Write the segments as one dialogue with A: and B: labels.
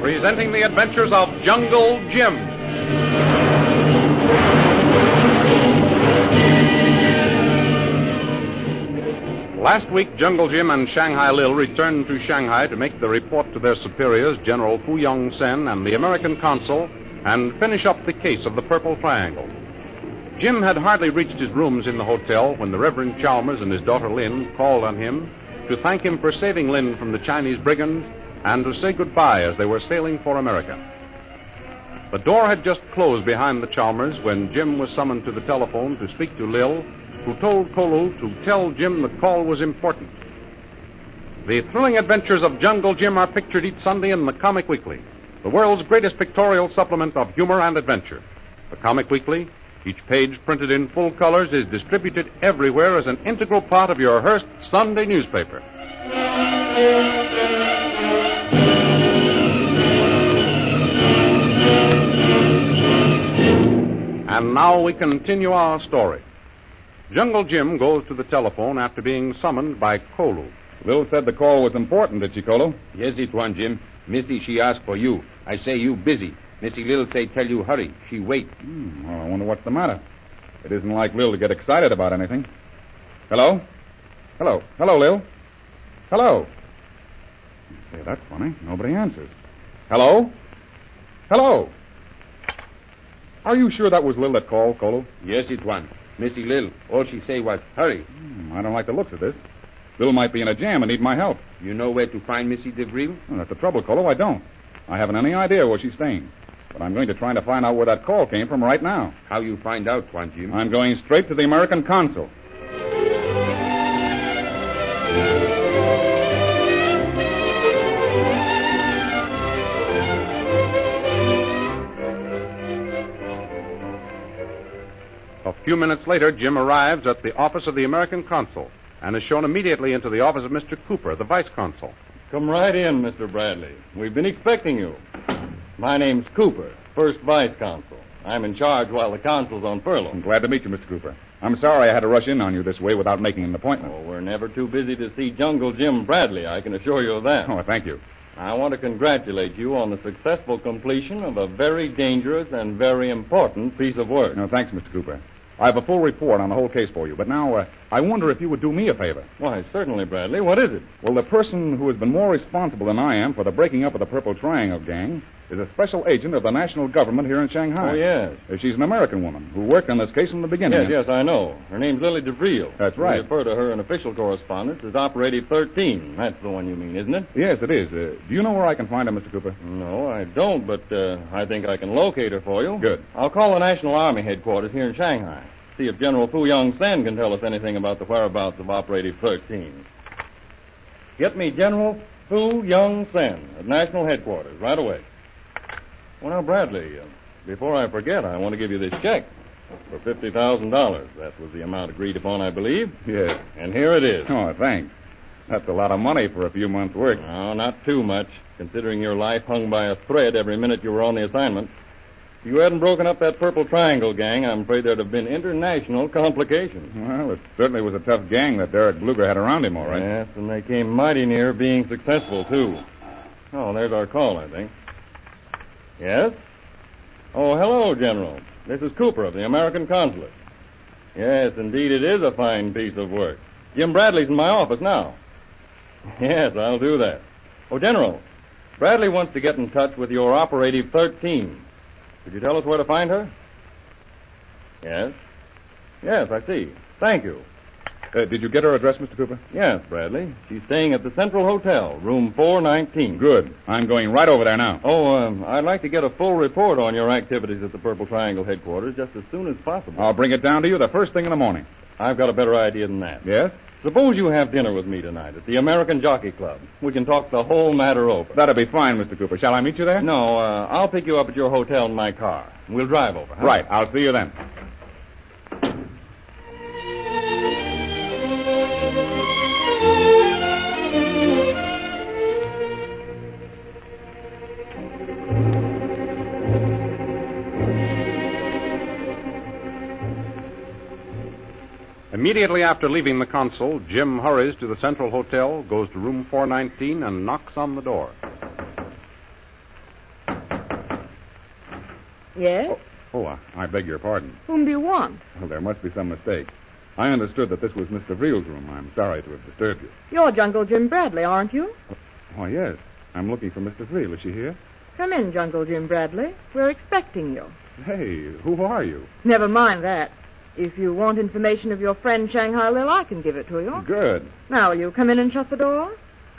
A: presenting the adventures of Jungle Jim. Last week, Jungle Jim and Shanghai Lil returned to Shanghai to make the report to their superiors, General Fu Yong Sen and the American consul, and finish up the case of the Purple Triangle. Jim had hardly reached his rooms in the hotel when the Reverend Chalmers and his daughter Lynn called on him to thank him for saving Lynn from the Chinese brigands and to say goodbye as they were sailing for America. The door had just closed behind the Chalmers when Jim was summoned to the telephone to speak to Lil, who told Kolu to tell Jim the call was important. The thrilling adventures of Jungle Jim are pictured each Sunday in the Comic Weekly, the world's greatest pictorial supplement of humor and adventure. The Comic Weekly, each page printed in full colors, is distributed everywhere as an integral part of your Hearst Sunday newspaper. And now we continue our story. Jungle Jim goes to the telephone after being summoned by Kolu.
B: Lil said the call was important, did she, Colo?
C: Yes, it one, Jim. Missy, she asked for you. I say you busy. Missy Lil say tell you hurry. She wait.
B: Hmm, well, I wonder what's the matter. It isn't like Lil to get excited about anything. Hello? Hello. Hello, Lil. Hello. Say, that's funny. Nobody answers. Hello? Hello? Are you sure that was Lil that called, Colo?
C: Yes, it one. Missy Lil, all she say was hurry.
B: Hmm, I don't like the looks of this. Lil might be in a jam and need my help.
C: You know where to find Missy DeVril?
B: Well, that's the trouble, Colo. I don't. I haven't any idea where she's staying. But I'm going to try to find out where that call came from right now.
C: How you find out, Tuan Jim?
B: I'm going straight to the American consul.
A: A few minutes later, Jim arrives at the office of the American consul and is shown immediately into the office of Mr. Cooper, the vice consul.
D: Come right in, Mr. Bradley. We've been expecting you. My name's Cooper, first vice consul. I'm in charge while the consul's on
B: I'm
D: furlough.
B: glad to meet you, Mr. Cooper. I'm sorry I had to rush in on you this way without making an appointment.
D: Oh, we're never too busy to see Jungle Jim Bradley, I can assure you of that.
B: Oh, thank you.
D: I want to congratulate you on the successful completion of a very dangerous and very important piece of work.
B: No, Uh, thanks, Mr. Cooper. I have a full report on the whole case for you, but now uh, I wonder if you would do me a favor.
D: Why, certainly, Bradley. What is it?
B: Well, the person who has been more responsible than I am for the breaking up of the Purple Triangle Gang is a special agent of the national government here in Shanghai.
D: Oh, yes.
B: Uh, She's an American woman who worked on this case from the beginning.
D: Yes, yes, I know. Her name's Lily DeVril.
B: That's right.
D: We refer to her in official correspondence as Operative 13. That's the one you mean, isn't it?
B: Yes, it is. Uh, do you know where I can find her, Mr. Cooper?
D: No, I don't, but uh, I think I can locate her for you.
B: Good.
D: I'll call the National Army headquarters here in Shanghai. See if General Fu Young Sen can tell us anything about the whereabouts of Operative 13. Get me General Fu Young Sen at National Headquarters right away. Well, now, Bradley, uh, before I forget, I want to give you this check for $50,000. That was the amount agreed upon, I believe.
B: Yes.
D: And here it is.
B: Oh, thanks. That's a lot of money for a few months' work.
D: No, not too much, considering your life hung by a thread every minute you were on the assignment. If you hadn't broken up that Purple Triangle gang, I'm afraid there'd have been international complications.
B: Well, it certainly was a tough gang that Derek Bluger had around him, all right.
D: Yes, and they came mighty near being successful, too. Oh, there's our call, I think. Yes? Oh, hello, General. This is Cooper of the American Consulate. Yes, indeed, it is a fine piece of work. Jim Bradley's in my office now. Yes, I'll do that. Oh, General, Bradley wants to get in touch with your operative 13. Could you tell us where to find her? Yes? Yes, I see. Thank you.
B: Uh, did you get her address, Mr. Cooper?
D: Yes, Bradley. She's staying at the Central Hotel, room 419.
B: Good. I'm going right over there now.
D: Oh, um, I'd like to get a full report on your activities at the Purple Triangle headquarters just as soon as possible.
B: I'll bring it down to you the first thing in the morning.
D: I've got a better idea than that.
B: Yes?
D: Suppose you have dinner with me tonight at the American Jockey Club. We can talk the whole matter over.
B: That'll be fine, Mr. Cooper. Shall I meet you there?
D: No, uh, I'll pick you up at your hotel in my car. We'll drive over. huh?
B: Right. I'll see you then.
A: Immediately after leaving the consul, Jim hurries to the Central Hotel, goes to room 419, and knocks on the door.
E: Yes?
B: Oh, I, I beg your pardon.
E: Whom do you want?
B: Well, there must be some mistake. I understood that this was Mr. Vreel's room. I'm sorry to have disturbed you.
E: You're Jungle Jim Bradley, aren't you?
B: Oh, yes. I'm looking for Mr. Vreel. Is she here?
E: Come in, Jungle Jim Bradley. We're expecting you.
B: Hey, who are you?
E: Never mind that. If you want information of your friend Shanghai Lil, I can give it to you.
B: Good.
E: Now, will you come in and shut the door?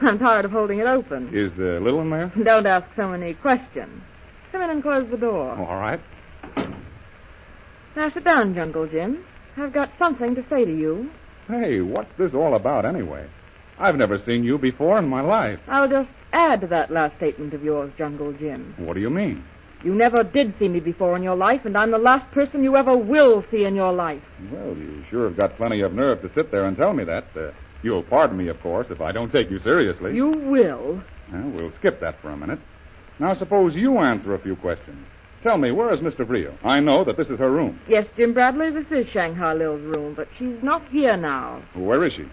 E: I'm tired of holding it open.
B: Is uh, Lil in there?
E: Don't ask so many questions. Come in and close the door.
B: Oh, all right.
E: Now, sit down, Jungle Jim. I've got something to say to you.
B: Hey, what's this all about anyway? I've never seen you before in my life.
E: I'll just add to that last statement of yours, Jungle Jim.
B: What do you mean?
E: You never did see me before in your life, and I'm the last person you ever will see in your life.
B: Well, you sure have got plenty of nerve to sit there and tell me that. Uh, you'll pardon me, of course, if I don't take you seriously.
E: You will.
B: Well, we'll skip that for a minute. Now, suppose you answer a few questions. Tell me, where is Mr. Vreel? I know that this is her room.
E: Yes, Jim Bradley, this is Shanghai Lil's room, but she's not here now,
B: Where is she?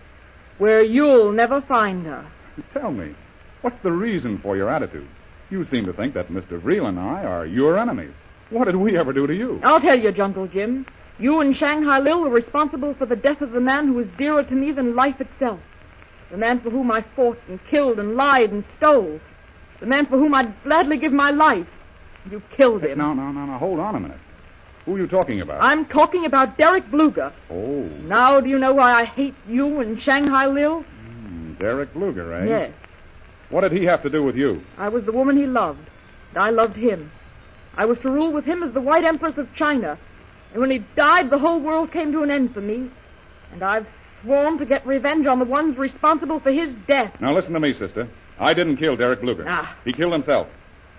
E: where you'll never find her.
B: Tell me, what's the reason for your attitude? You seem to think that Mr. Vreel and I are your enemies. What did we ever do to you?
E: I'll tell you, Jungle Jim. You and Shanghai Lil were responsible for the death of the man who was dearer to me than life itself. The man for whom I fought and killed and lied and stole. The man for whom I'd gladly give my life. You killed him.
B: No, no, no, no. Hold on a minute. Who are you talking about?
E: I'm talking about Derek Bluger.
B: Oh,
E: Now do you know why I hate you and Shanghai Lil?
B: hmm, Derek Luger, eh?
E: Yes.
B: What did he have to do with you?
E: I was the woman he loved, and I loved him. I was to rule with him as the White Empress of China. And when he died, the whole world came to an end for me. And I've sworn to get revenge on the ones responsible for his death.
B: Now, listen to me, sister. I didn't kill Derek Luger.
E: Ah.
B: He killed himself.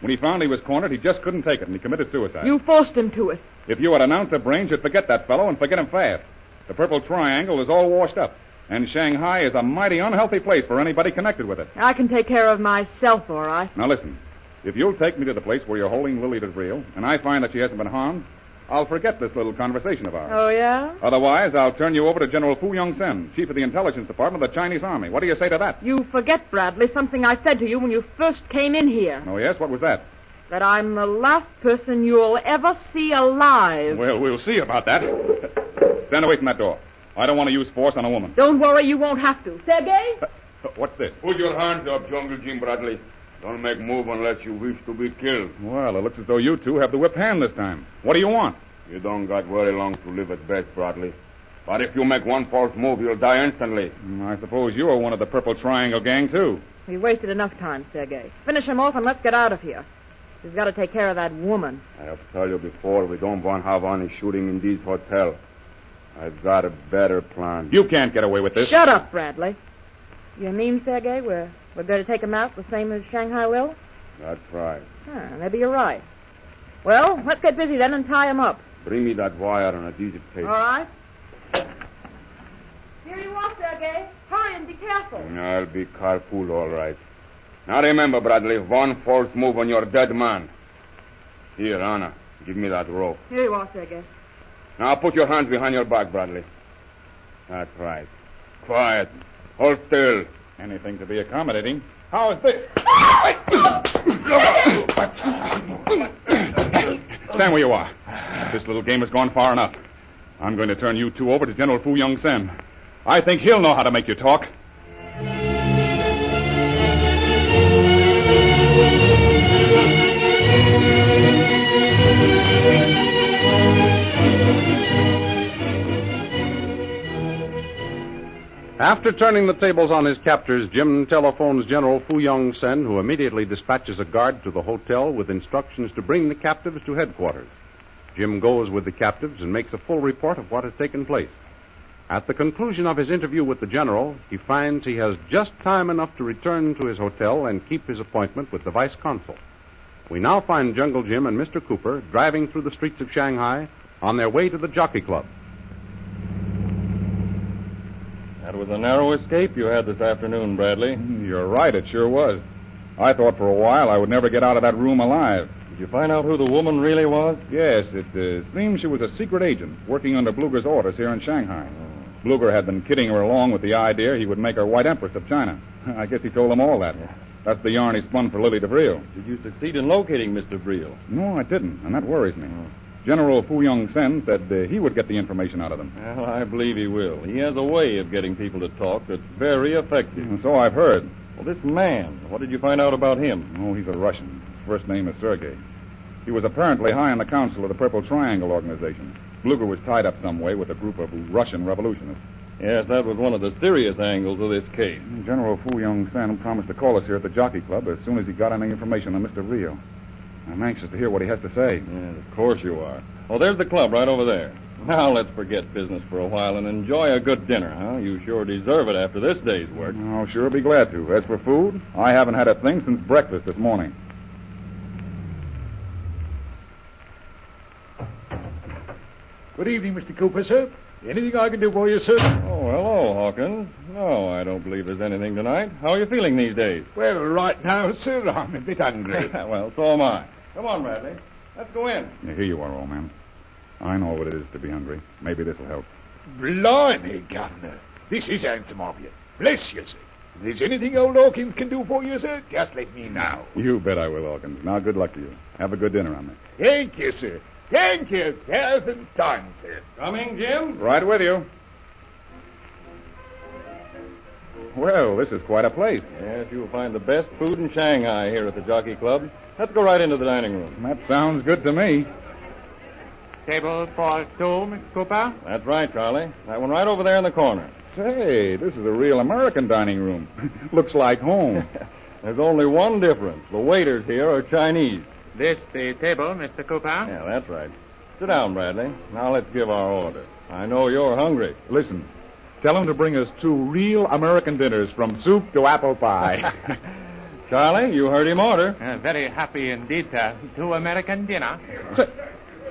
B: When he found he was cornered, he just couldn't take it, and he committed suicide.
E: You forced him to it.
B: If you had an ounce of brains, you'd forget that fellow and forget him fast. The Purple Triangle is all washed up, and Shanghai is a mighty unhealthy place for anybody connected with it.
E: I can take care of myself, all right.
B: Now, listen. If you'll take me to the place where you're holding Lily to real, and I find that she hasn't been harmed, I'll forget this little conversation of ours.
E: Oh, yeah?
B: Otherwise, I'll turn you over to General Fu Yong Sen, Chief of the Intelligence Department of the Chinese Army. What do you say to that?
E: You forget, Bradley, something I said to you when you first came in here.
B: Oh, yes? What was that?
E: That I'm the last person you'll ever see alive.
B: Well, we'll see about that. Stand away from that door. I don't want to use force on a woman.
E: Don't worry, you won't have to. Sergei?
B: What's this?
C: Put your hands up, Jungle Jim Bradley. Don't make move unless you wish to be killed.
B: Well, it looks as though you two have the whip hand this time. What do you want?
C: You don't got very long to live at best, Bradley. But if you make one false move, you'll die instantly.
B: Hmm, I suppose you are one of the Purple Triangle gang, too.
E: We wasted enough time, Sergei. Finish him off and let's get out of here. We've got to take care of that woman.
C: I have told you before, we don't want to have any shooting in this hotel. I've got a better plan.
B: You can't get away with this.
E: Shut up, Bradley. You mean, Sergei, we're, we're going to take him out the same as Shanghai Will?
C: That's right.
E: Huh, maybe you're right. Well, let's get busy then and tie him up.
C: Bring me that wire and adhesive tape.
E: All right? Here you are, Sergei. Hurry and be careful.
C: I'll be careful, all right. Now remember, Bradley, one false move on your dead man. Here, Anna, give me that rope.
E: Here you are, Sergei.
C: Now put your hands behind your back, Bradley. That's right. Quiet. Hold still.
B: Anything to be accommodating. How is this? Stand where you are. This little game has gone far enough. I'm going to turn you two over to General Fu Young Sen. I think he'll know how to make you talk.
A: After turning the tables on his captors, Jim telephones General Fu Yong Sen, who immediately dispatches a guard to the hotel with instructions to bring the captives to headquarters. Jim goes with the captives and makes a full report of what has taken place. At the conclusion of his interview with the general, he finds he has just time enough to return to his hotel and keep his appointment with the vice consul. We now find Jungle Jim and Mr. Cooper driving through the streets of Shanghai on their way to the Jockey Club.
D: That was a narrow escape you had this afternoon, Bradley.
B: You're right, it sure was. I thought for a while I would never get out of that room alive.
D: Did you find out who the woman really was?
B: Yes, it uh, seems she was a secret agent working under Bluger's orders here in Shanghai. Bluger had been kidding her along with the idea he would make her White Empress of China. I guess he told them all that. That's the yarn he spun for Lily DeVril.
D: Did you succeed in locating Mr. Briel?
B: No, I didn't, and that worries me. General Fu Young Sen said uh, he would get the information out of them.
D: Well, I believe he will. He has a way of getting people to talk that's very effective.
B: And so I've heard.
D: Well, this man, what did you find out about him?
B: Oh, he's a Russian. His first name is Sergei. He was apparently high on the council of the Purple Triangle organization. Bluger was tied up some way with a group of Russian revolutionists.
D: Yes, that was one of the serious angles of this case.
B: General Fu Young Sen promised to call us here at the Jockey Club as soon as he got any information on Mr. Rio. I'm anxious to hear what he has to say.
D: Yes, of course you are. Oh, there's the club right over there. Now let's forget business for a while and enjoy a good dinner, huh? You sure deserve it after this day's work.
B: I'll sure be glad to. As for food, I haven't had a thing since breakfast this morning.
F: Good evening, Mr. Cooper, sir. Anything I can do for you, sir?
D: Oh, hello, Hawkins. No, I don't believe there's anything tonight. How are you feeling these days?
F: Well, right now, sir, I'm a bit hungry.
D: well, so am I. Come on, Bradley. Let's go in.
B: Yeah, here you are, old man. I know what it is to be hungry. Maybe this will help.
F: Blimey, Governor. This is handsome of you. Bless you, sir. If there's anything old Hawkins can do for you, sir, just let me know.
B: You bet I will, Hawkins. Now, good luck to you. Have a good dinner on me.
F: Thank you, sir. Thank you a thousand times, sir.
D: Coming, Jim?
B: Right with you. Well, this is quite a place.
D: Yes, you'll find the best food in Shanghai here at the Jockey Club. Let's go right into the dining room.
B: That sounds good to me.
G: Table for two, Mr. Cooper.
D: That's right, Charlie. That one right over there in the corner.
B: Say, this is a real American dining room. Looks like home.
D: There's only one difference. The waiters here are Chinese.
G: This the table, Mr. Cooper.
D: Yeah, that's right. Sit down, Bradley. Now let's give our order. I know you're hungry.
B: Listen, tell him to bring us two real American dinners from soup to apple pie.
D: Charlie, you heard him order.
G: Uh, very happy indeed, sir. Two American dinner.
B: say,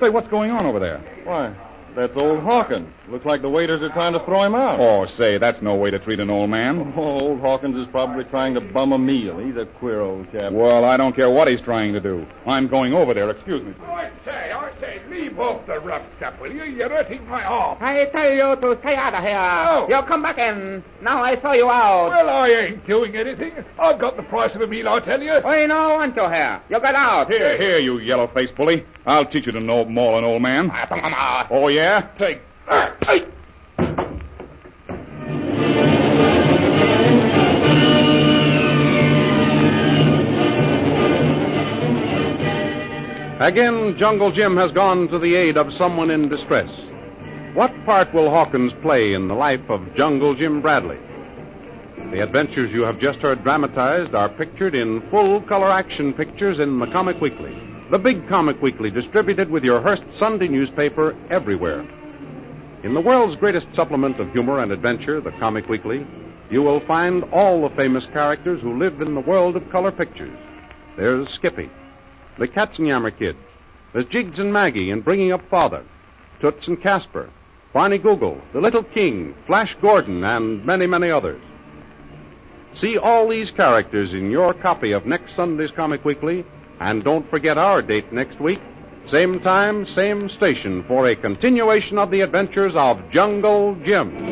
B: say, what's going on over there?
D: Why, that's old Hawkins. Looks like the waiters are trying to throw him out.
B: Oh, say, that's no way to treat an old man.
D: Oh, old Hawkins is probably trying to bum a meal. He's a queer old chap.
B: Well, I don't care what he's trying to do. I'm going over there. Excuse me.
F: I say, I say, leave off the rough stuff, will you? You're hurting my arm.
G: I tell you to stay out of here.
F: No.
G: You come back in. Now I throw you out.
F: Well, I ain't doing anything. I've got the price of a meal, I tell you.
G: I no want you here. You get out.
B: Here, here, you yellow faced bully. I'll teach you to know maul an old man. Oh, yeah? Take.
A: Again, Jungle Jim has gone to the aid of someone in distress. What part will Hawkins play in the life of Jungle Jim Bradley? The adventures you have just heard dramatized are pictured in full color action pictures in the Comic Weekly, the big comic weekly distributed with your Hearst Sunday newspaper everywhere. In the world's greatest supplement of humor and adventure, the Comic Weekly, you will find all the famous characters who live in the world of color pictures. There's Skippy, the Katzenjammer Kid, there's Jiggs and Maggie in Bringing Up Father, Toots and Casper, Barney Google, The Little King, Flash Gordon, and many, many others. See all these characters in your copy of next Sunday's Comic Weekly, and don't forget our date next week, same time, same station, for a continuation of the adventures of Jungle Jim.